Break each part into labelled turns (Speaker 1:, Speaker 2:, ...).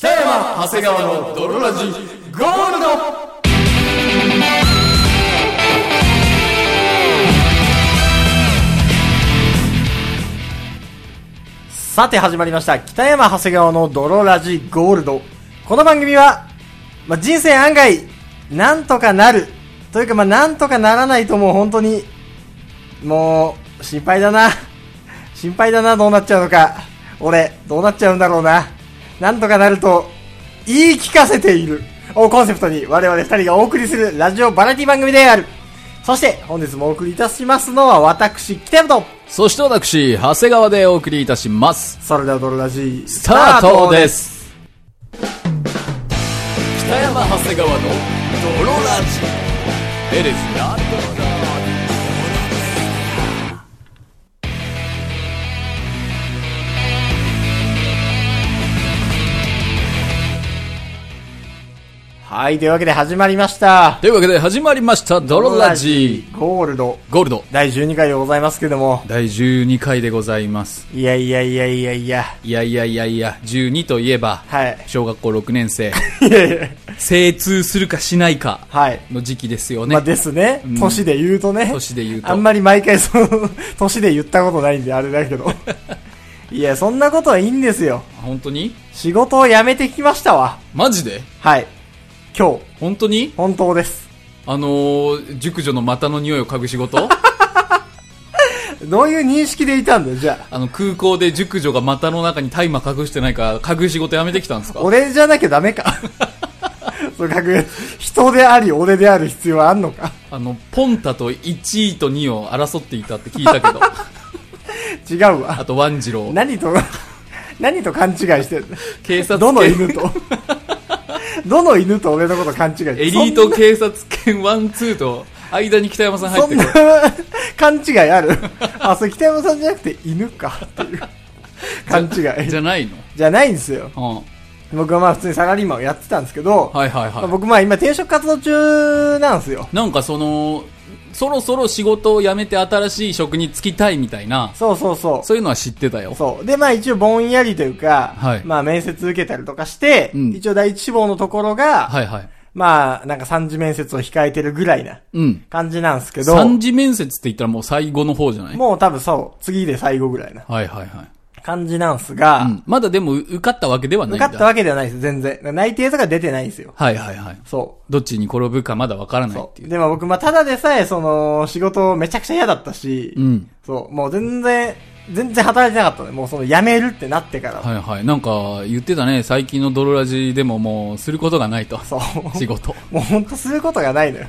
Speaker 1: さん長谷川の泥ラジゴールド
Speaker 2: さて始まりました北山長谷川の泥ラジゴールドこの番組は、まあ、人生案外なんとかなるというかまあなんとかならないともう本当にもう心配だな心配だなどうなっちゃうのか俺どうなっちゃうんだろうななんとかなると言い聞かせているをコンセプトに我々二人がお送りするラジオバラエティ番組であるそして本日もお送りいたしますのは私北山と
Speaker 1: そして私長谷川でお送りいたします
Speaker 2: それでは泥ラジス
Speaker 1: スタートです北山長谷川の泥ラジ It is not
Speaker 2: はい、というわけで始まりました。
Speaker 1: というわけで始まりました泥ラジ
Speaker 2: ゴールド
Speaker 1: ゴールド
Speaker 2: 第12回でございますけども。
Speaker 1: 第12回でございます
Speaker 2: いやいやいやいやいや。
Speaker 1: いやいやいやいや12といえば、
Speaker 2: はい
Speaker 1: 小学校6年生
Speaker 2: いやいや
Speaker 1: 精通するかしないか
Speaker 2: はい。
Speaker 1: の時期ですよね、
Speaker 2: まあですね
Speaker 1: うん。
Speaker 2: 年で言うとね。
Speaker 1: 年で言うと
Speaker 2: あんまり毎回その、年で言ったことないんであれだけ ど。いや、そんなことはいいんですよ。
Speaker 1: 本当に
Speaker 2: 仕事を辞めてきましたわ。
Speaker 1: マジで
Speaker 2: はい。今日、
Speaker 1: 本当に
Speaker 2: 本当です。
Speaker 1: あのー、熟女の股の匂いを嗅ぐ仕事
Speaker 2: どういう認識でいたんだよ、じゃあ。
Speaker 1: あの空港で熟女が股の中に大麻隠してないか嗅ぐ仕事やめてきたんですか
Speaker 2: 俺じゃなきゃダメか。 とにかく、人であり俺である必要はあんのか。
Speaker 1: あのポンタと1位と2位を争っていたって聞いた けど
Speaker 2: 違うわ
Speaker 1: あ。とワンジロー
Speaker 2: 何と、何と勘違いして る
Speaker 1: 警察
Speaker 2: どの
Speaker 1: 犬
Speaker 2: 犬と。 どの犬と俺のこと勘違いしてる
Speaker 1: エリート警察犬ワンツーと間に北山さん入
Speaker 2: そ
Speaker 1: って
Speaker 2: ん
Speaker 1: く
Speaker 2: な
Speaker 1: る、
Speaker 2: 勘違いあるあ、それ北山さんじゃなくて犬 かっていう勘違い
Speaker 1: じ。ゃない
Speaker 2: じゃないんですよ。
Speaker 1: の、
Speaker 2: 僕はまあ普通にサラリーマンをやってたんですけど、
Speaker 1: うん、はいはい
Speaker 2: まあ
Speaker 1: は
Speaker 2: 僕まあ今転職活動中なんですよ。
Speaker 1: いなんかそのそろそろ仕事を辞めて新しい職に就きたいみたいな
Speaker 2: そうそうそ
Speaker 1: そういうのは知ってたよ
Speaker 2: う。そう。で、まあ一応ぼんやりというか、
Speaker 1: はい
Speaker 2: まあ面接受けたりとかして、
Speaker 1: うん
Speaker 2: 一応第一志望のところが、
Speaker 1: はいはい
Speaker 2: まあなんか三次面接を控えてるぐらいな
Speaker 1: うん
Speaker 2: 感じなんですけど、
Speaker 1: 三次面接って言ったらもう最後の方じゃない
Speaker 2: もう多分そう、次で最後ぐらいな
Speaker 1: はいはいはい、
Speaker 2: 感じなんすが、
Speaker 1: うん、まだでも受かったわけではないん
Speaker 2: 受
Speaker 1: だ
Speaker 2: かったわけではないです、全然。内定とか出てないんですよ。
Speaker 1: はいはいはい
Speaker 2: そ
Speaker 1: どっちに転ぶかまだわから
Speaker 2: う。
Speaker 1: ないっ
Speaker 2: そ。
Speaker 1: ていうう
Speaker 2: でも僕、まあ、ただでさえ、その、仕事めちゃくちゃ嫌だったし、
Speaker 1: うん
Speaker 2: そう、もう全然、全然働いてなかったね。もうその、辞めるってなってから。
Speaker 1: はいはいなんか言ってたね最近の泥ラジでももうすることがな いと
Speaker 2: そう。
Speaker 1: 仕事
Speaker 2: もうほんとすることがないのよ。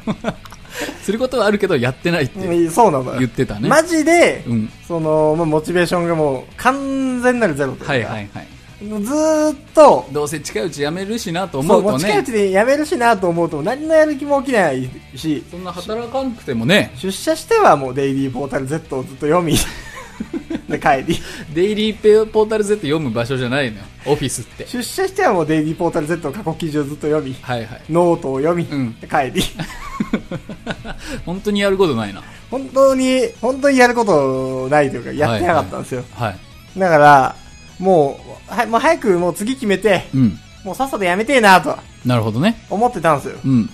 Speaker 1: することはあるけどやってないって
Speaker 2: うんそうなのよ。
Speaker 1: 言ってたね
Speaker 2: マジで、
Speaker 1: うん
Speaker 2: その、まあ、モチベーションがもう、完全なるゼロというか。
Speaker 1: はいはいはい
Speaker 2: もうずーっと、
Speaker 1: どうせ近いうち辞めるしなと
Speaker 2: そ
Speaker 1: 思
Speaker 2: う、
Speaker 1: うと
Speaker 2: もう近いう
Speaker 1: ね
Speaker 2: ちで辞めるしなと思うと、何のやる気も起きないし、
Speaker 1: そんな働かんくてもね
Speaker 2: 出社してはもうデイリーポータル Z をずっと読 み、で帰り。
Speaker 1: デイリーペポータル Z 読む場所じゃないのよオフィスって
Speaker 2: 出社してはもうデイリーポータル Z を過去記事をずっと読み、
Speaker 1: はいはい
Speaker 2: ノートを読み、
Speaker 1: うん
Speaker 2: で帰り。
Speaker 1: 本当にやることないな
Speaker 2: 本当に、本当にやることないというか、やってなかったんですよ。
Speaker 1: はい
Speaker 2: だから、もう、はもう早くもう次決めて、
Speaker 1: うん
Speaker 2: もうさっさとやめてえなと
Speaker 1: なるほどね
Speaker 2: 思ってたんですよ。
Speaker 1: うん。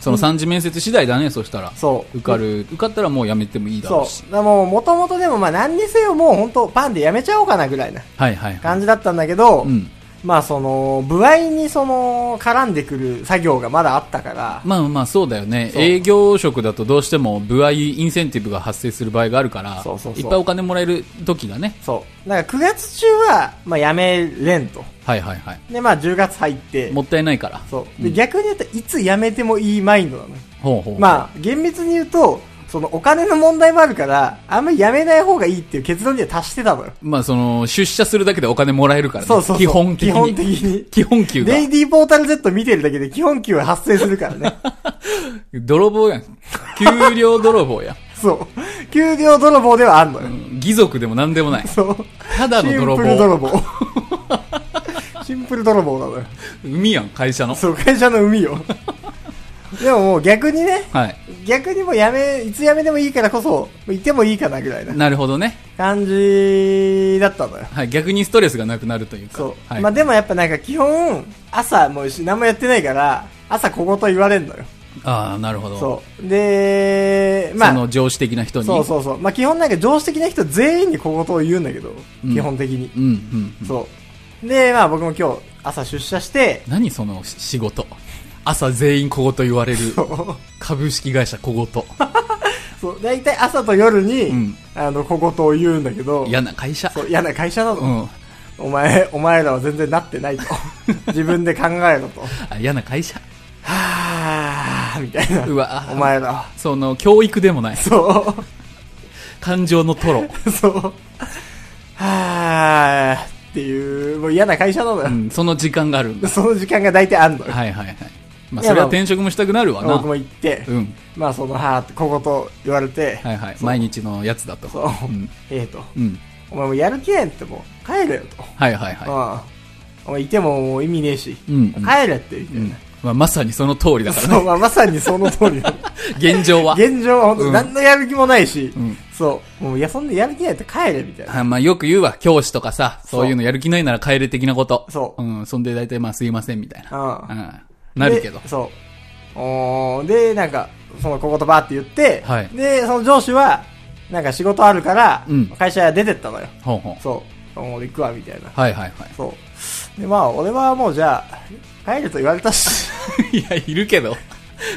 Speaker 1: その三次面接次第だね、そしたら。
Speaker 2: そう。
Speaker 1: 受かる、受かったらもうやめてもいいだろ
Speaker 2: そう
Speaker 1: し。
Speaker 2: う。だからもう、もともとでもまあ何にせよもう本当パンでやめちゃおうかなぐらいな
Speaker 1: はいはいはい。
Speaker 2: 感じだったんだけど、
Speaker 1: うん。
Speaker 2: まあその、部合にその、絡んでくる作業がまだあったから、
Speaker 1: まあまあそうだよね。
Speaker 2: そう
Speaker 1: 営業職だとどうしても部合インセンティブが発生する場合があるから、
Speaker 2: そうそうそう
Speaker 1: いっぱいお金もらえる時がね。
Speaker 2: そう。だから9月中は、まあやめれんと。
Speaker 1: はいはいはい。
Speaker 2: で、まあ10月入って、
Speaker 1: もったいないから。
Speaker 2: そう。で、逆に言うといつやめてもいいマインドなのよ。
Speaker 1: ほうほう。あ。
Speaker 2: まあ、厳密に言うと、そのお金の問題もあるから、あんまりやめない方がいいっていう結論には達してたのよ。
Speaker 1: まあその、出社するだけでお金もらえるからね。
Speaker 2: そうそうそう
Speaker 1: 基本的に。
Speaker 2: 基本的に。
Speaker 1: 基本給が
Speaker 2: レ。イディーポータル Z 見てるだけで基本給は発生するから ね。
Speaker 1: 泥棒やん。給料泥棒やん。
Speaker 2: そう。給料泥棒ではあんのよ。
Speaker 1: うん義族でも何でもない。
Speaker 2: そう。
Speaker 1: ただの泥
Speaker 2: シンプル
Speaker 1: 棒。
Speaker 2: 泥棒。シンプル泥棒 なのよ。
Speaker 1: 海やん、会社の。
Speaker 2: そう、会社の海 よ。でももう逆にね、
Speaker 1: はい。
Speaker 2: 逆にもうやめ、いつやめてもいいからこそ、もういてもいいかなぐらいな
Speaker 1: なるほどね。
Speaker 2: 感じだったのよ。
Speaker 1: はい、逆にストレスがなくなるというか。
Speaker 2: そう。
Speaker 1: はい。
Speaker 2: まあでもやっぱなんか基本、朝もうし何もやってないから、朝小言言われんのよ。
Speaker 1: ああ、なるほど。
Speaker 2: そう。で、ま
Speaker 1: まあ、
Speaker 2: あ、
Speaker 1: その上司的な人に。
Speaker 2: そうそうそう。まあ基本なんか上司的な人全員に小言を言うんだけど、
Speaker 1: うん
Speaker 2: 基本的に。
Speaker 1: うん、うん、うん。
Speaker 2: そう。で、まあ僕も今日朝出社して、
Speaker 1: 何その仕事。朝全員小言言われる。
Speaker 2: そう
Speaker 1: 株式会社小言。
Speaker 2: そう、大体朝と夜に、
Speaker 1: うん
Speaker 2: あの、小言を言うんだけど、
Speaker 1: 嫌な会社。
Speaker 2: そう嫌な会社なの、
Speaker 1: うん。
Speaker 2: お前、お前らは全然なって ないと。自分で考えろと。
Speaker 1: あ嫌な 会社。
Speaker 2: はぁー、みたいな。
Speaker 1: うわ
Speaker 2: お前らは。
Speaker 1: その、教育でもない。
Speaker 2: そ
Speaker 1: 感情のトロ。
Speaker 2: う、 そう。はぁーっていう、もう嫌な会社なの
Speaker 1: う
Speaker 2: よ。
Speaker 1: ん、その時間があるんだ。
Speaker 2: その時間が大体あんのよ。
Speaker 1: はいはいはい。まあ、
Speaker 2: いや
Speaker 1: それ
Speaker 2: ま
Speaker 1: は
Speaker 2: あ
Speaker 1: 転職もしたくなるわな
Speaker 2: 僕。も行って、
Speaker 1: うん。
Speaker 2: まあその、はぁーって小言言われて、
Speaker 1: はいはい。
Speaker 2: そう
Speaker 1: 毎日のやつだと。
Speaker 2: そう
Speaker 1: うん。
Speaker 2: ええと、
Speaker 1: うん。
Speaker 2: お前もうやる気やんってもう、帰れよと。
Speaker 1: はいはいはい。
Speaker 2: うん。お前いてももう意味ねえし、
Speaker 1: うんうん
Speaker 2: 帰れって、みたい
Speaker 1: うん
Speaker 2: な。
Speaker 1: まあ、まさにその通りだから
Speaker 2: そう、
Speaker 1: ね。
Speaker 2: まあ、まさにその通 りなの
Speaker 1: 現状は。
Speaker 2: 現状は本当
Speaker 1: うん
Speaker 2: に何のやる気もないし、
Speaker 1: うん
Speaker 2: そう、もういや、そんなやる気ないと帰れ、みたいな。
Speaker 1: あまあ、よく言うわ。教師とかさ、
Speaker 2: そう
Speaker 1: そういうのやる気ないなら帰れ的なこと。
Speaker 2: そう
Speaker 1: うん。そんで大体まあ、すいません、みたいな。
Speaker 2: うん
Speaker 1: うん。なるけど
Speaker 2: で。そう。おーで、なんか、その小言ばーって言って、
Speaker 1: はい
Speaker 2: で、その上司は、なんか仕事あるから
Speaker 1: うん、
Speaker 2: 会社出てったのよ。
Speaker 1: ほうほう。
Speaker 2: そう。もう俺行くわ、みたいな。
Speaker 1: はいはいは
Speaker 2: そう。で、まあ、俺はもうじゃあ、帰れと言われたし、
Speaker 1: い。い や、いるけど。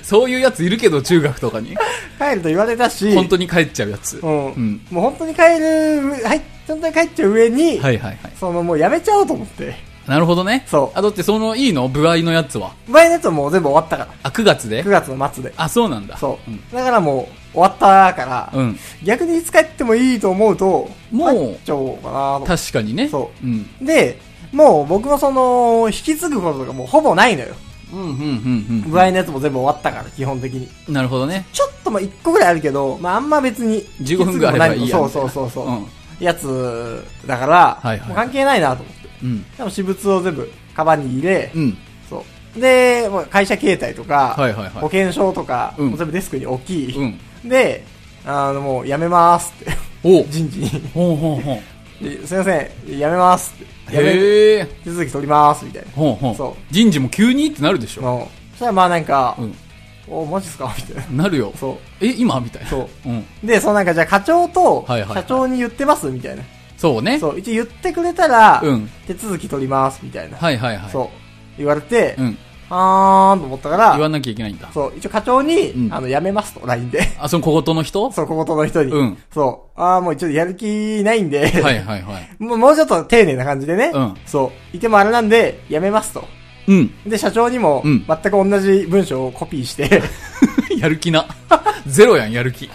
Speaker 1: そういうやついるけど、中学とかに。
Speaker 2: 帰ると言われたし、
Speaker 1: 本当に帰っちゃうやつ。
Speaker 2: うん。
Speaker 1: うん
Speaker 2: もう本当に帰る、はい、本当に帰っちゃう上に、
Speaker 1: はいはいはい。
Speaker 2: そのもうやめちゃおうと思って。
Speaker 1: なるほどね。
Speaker 2: そう
Speaker 1: あ、だってその、いいの部合のやつは。
Speaker 2: バイネットもう全部終わったか
Speaker 1: あ、9月で
Speaker 2: ら。9月の末で。
Speaker 1: あ、そうなんだ。
Speaker 2: そう、
Speaker 1: ん
Speaker 2: だからもう終わったから、
Speaker 1: うん。
Speaker 2: 逆にいつ帰ってもいいと思うと、
Speaker 1: もう
Speaker 2: 帰っちゃおうかなと思っ
Speaker 1: 確かにね。。
Speaker 2: そう
Speaker 1: うん。
Speaker 2: て。で、もう僕もその、引き継ぐこととかもうほぼないのよ。
Speaker 1: うん、うん、うん、
Speaker 2: 部合のやつも全部終わったから、基本的に。
Speaker 1: うん。なるほどね。
Speaker 2: ちょっとまあ1個ぐらいあるけど、まああんま別に。
Speaker 1: 15分ぐらいあればい
Speaker 2: 引き
Speaker 1: いや
Speaker 2: 継ぐも何もそうそうそうそう。
Speaker 1: うん
Speaker 2: やつ、だから、
Speaker 1: はいはい
Speaker 2: もう関係ないなと思って。
Speaker 1: うん。
Speaker 2: でも私物を全部、カバンに入れ、
Speaker 1: うん。
Speaker 2: そう。で、もう会社携帯とか、
Speaker 1: はいはいはい
Speaker 2: 保険証とか、
Speaker 1: うん
Speaker 2: もう全部デスクに置き、
Speaker 1: うん。
Speaker 2: で、あの、もうやめますって、
Speaker 1: お
Speaker 2: 人事に。
Speaker 1: ほうほうほう。
Speaker 2: ですいません、やめますって。やめ、
Speaker 1: へえ。
Speaker 2: 手続き取ります、みたいな。
Speaker 1: ほうほう。
Speaker 2: そ
Speaker 1: 人事も急にってなるでしょ。
Speaker 2: もう、そしたらまあなんか、
Speaker 1: うん。
Speaker 2: お、マジっすかみたいな。
Speaker 1: なるよ。
Speaker 2: そ
Speaker 1: え、今みたいな。。
Speaker 2: そう
Speaker 1: ん。
Speaker 2: う。で、そのなんかじゃあ課長と、
Speaker 1: はいはいはい
Speaker 2: 社長に言ってますみたいな。
Speaker 1: そうね。
Speaker 2: そう、一応言ってくれたら、
Speaker 1: うん
Speaker 2: 手続き取ります、みたいな。
Speaker 1: はいはいはい。
Speaker 2: そう。言われて、
Speaker 1: うん。
Speaker 2: あーんと思ったか
Speaker 1: 言わ
Speaker 2: ら、
Speaker 1: なきゃいけないんだ。
Speaker 2: そう、一応課長に、
Speaker 1: うん
Speaker 2: あの、やめますと、LINE で。
Speaker 1: あ、その小言の人
Speaker 2: そう、小言の人に。
Speaker 1: うん
Speaker 2: そう。ああ、もうちょっとやる気ないんで。
Speaker 1: はいはいはい。
Speaker 2: もうもうちょっと丁寧な感じでね。
Speaker 1: うん
Speaker 2: そう。いてもあれなんで、やめますと。
Speaker 1: うん。
Speaker 2: で、社長にも、
Speaker 1: うん
Speaker 2: 全く同じ文章をコピー して、
Speaker 1: やる気な。 ゼロやん、や る気。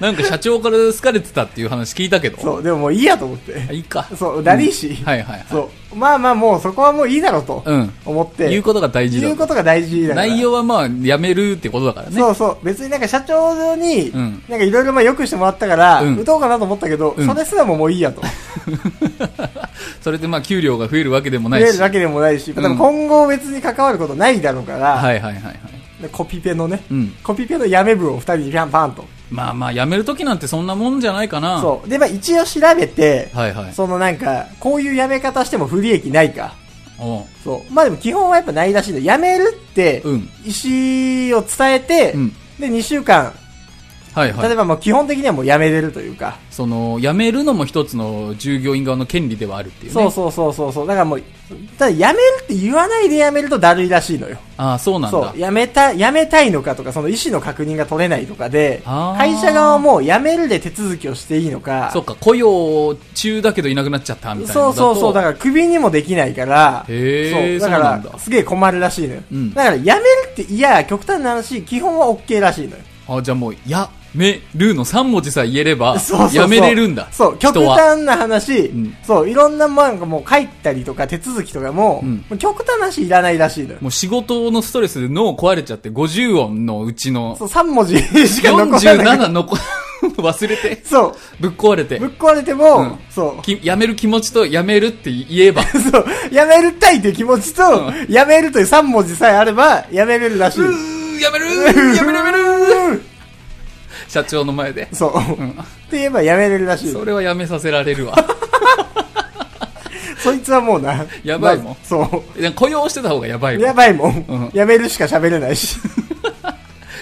Speaker 1: なんか社長から好かれてたっていう話聞いたけど。
Speaker 2: そう、でももういいやと思って。
Speaker 1: あいいか。
Speaker 2: そう、ダリーし、
Speaker 1: はいはいはい。
Speaker 2: そう。まあまあもうそこはもういいだろうと
Speaker 1: うん。
Speaker 2: 思って。
Speaker 1: 言うことが大事だ
Speaker 2: 言
Speaker 1: と
Speaker 2: うことが大事だから。
Speaker 1: 内容はまあ、やめるってことだからね。
Speaker 2: そうそう。別になんか社長に、
Speaker 1: うん
Speaker 2: なんかいろいろまあ良くしてもらったから、
Speaker 1: うん
Speaker 2: 打とうかなと思ったけど、
Speaker 1: うん
Speaker 2: それすらももういいやと。
Speaker 1: それでまあ、給料が増えるわけでもな
Speaker 2: 増え
Speaker 1: いし。
Speaker 2: るわけでもないし、
Speaker 1: ん
Speaker 2: でも今後別に関わることないだろうから、
Speaker 1: はいはいはいはい。
Speaker 2: でコピペのね、
Speaker 1: うん
Speaker 2: コピペのやめ部を二人にパンパンと。
Speaker 1: まあまあ、辞めるときなんてそんなもんじゃないかな。
Speaker 2: そう。で、まあ一応調べて、
Speaker 1: はいはい。
Speaker 2: そのなんか、こういうやめ方しても不利益ないか。
Speaker 1: おう
Speaker 2: そう。まあでも基本はやっぱないらしいの。やめるって
Speaker 1: うん、
Speaker 2: 意思を伝えて、
Speaker 1: うん
Speaker 2: で、2週間、
Speaker 1: はいはい。
Speaker 2: 例えばもう基本的にはもうやめれるというか。
Speaker 1: その、辞めるのも一つの従業員側の権利ではあるっていうね。
Speaker 2: そうそうそうそうそう。だからもう、ただやめるって言わないでやめるとだるいらしいのよ。
Speaker 1: ああ、そうなんだ。
Speaker 2: そう。やめた、やめたいのかとか、その意思の確認が取れないとかで、
Speaker 1: あー
Speaker 2: 会社側もやめるで手続きをしていいのか。
Speaker 1: そっか、雇用中だけどいなくなっちゃったみたいな
Speaker 2: そ
Speaker 1: の
Speaker 2: う
Speaker 1: だと。
Speaker 2: そうそう、だからクビにもできないから、
Speaker 1: へー
Speaker 2: そうだ
Speaker 1: そうなん
Speaker 2: か
Speaker 1: だ
Speaker 2: らすげえ困るらしいのよ。
Speaker 1: うん
Speaker 2: だからやめるって嫌、極端な話、基本は OK らしいのよ。
Speaker 1: あ、じゃあもう、や、め、るの3文字さえ言えれば、
Speaker 2: そうそうそう
Speaker 1: やめれるんだ。
Speaker 2: そう、極
Speaker 1: 人は。
Speaker 2: 端な話、
Speaker 1: ん
Speaker 2: そう、いろんなもんがもう書いたりとか手続きとかも、
Speaker 1: うん
Speaker 2: もう極端な話いらないらしいのよ。
Speaker 1: もう仕事のストレスで脳壊れちゃって、50音のうちの
Speaker 2: そ、う、3文字しか残ら ない。
Speaker 1: 47残、 忘れて、
Speaker 2: そう、
Speaker 1: ぶっ壊れて
Speaker 2: ぶっ、壊れても、
Speaker 1: うん
Speaker 2: そう。
Speaker 1: きやめる気持ちとやめるって言えば、
Speaker 2: そう、 やめるたいという気持ちと、やめるという3文字さえあれば、やめれるらしい。
Speaker 1: うーやめるーやめるやめるー
Speaker 2: うん
Speaker 1: 社長の前で。
Speaker 2: そう。って言えばやめれるらしい。
Speaker 1: それはやめさせら れるわ。
Speaker 2: そいつはもうな。
Speaker 1: やばいもん
Speaker 2: まあそ。
Speaker 1: なんか雇用してた方がやばいうもん
Speaker 2: やばいもん。
Speaker 1: うん
Speaker 2: やめるしか喋れない し。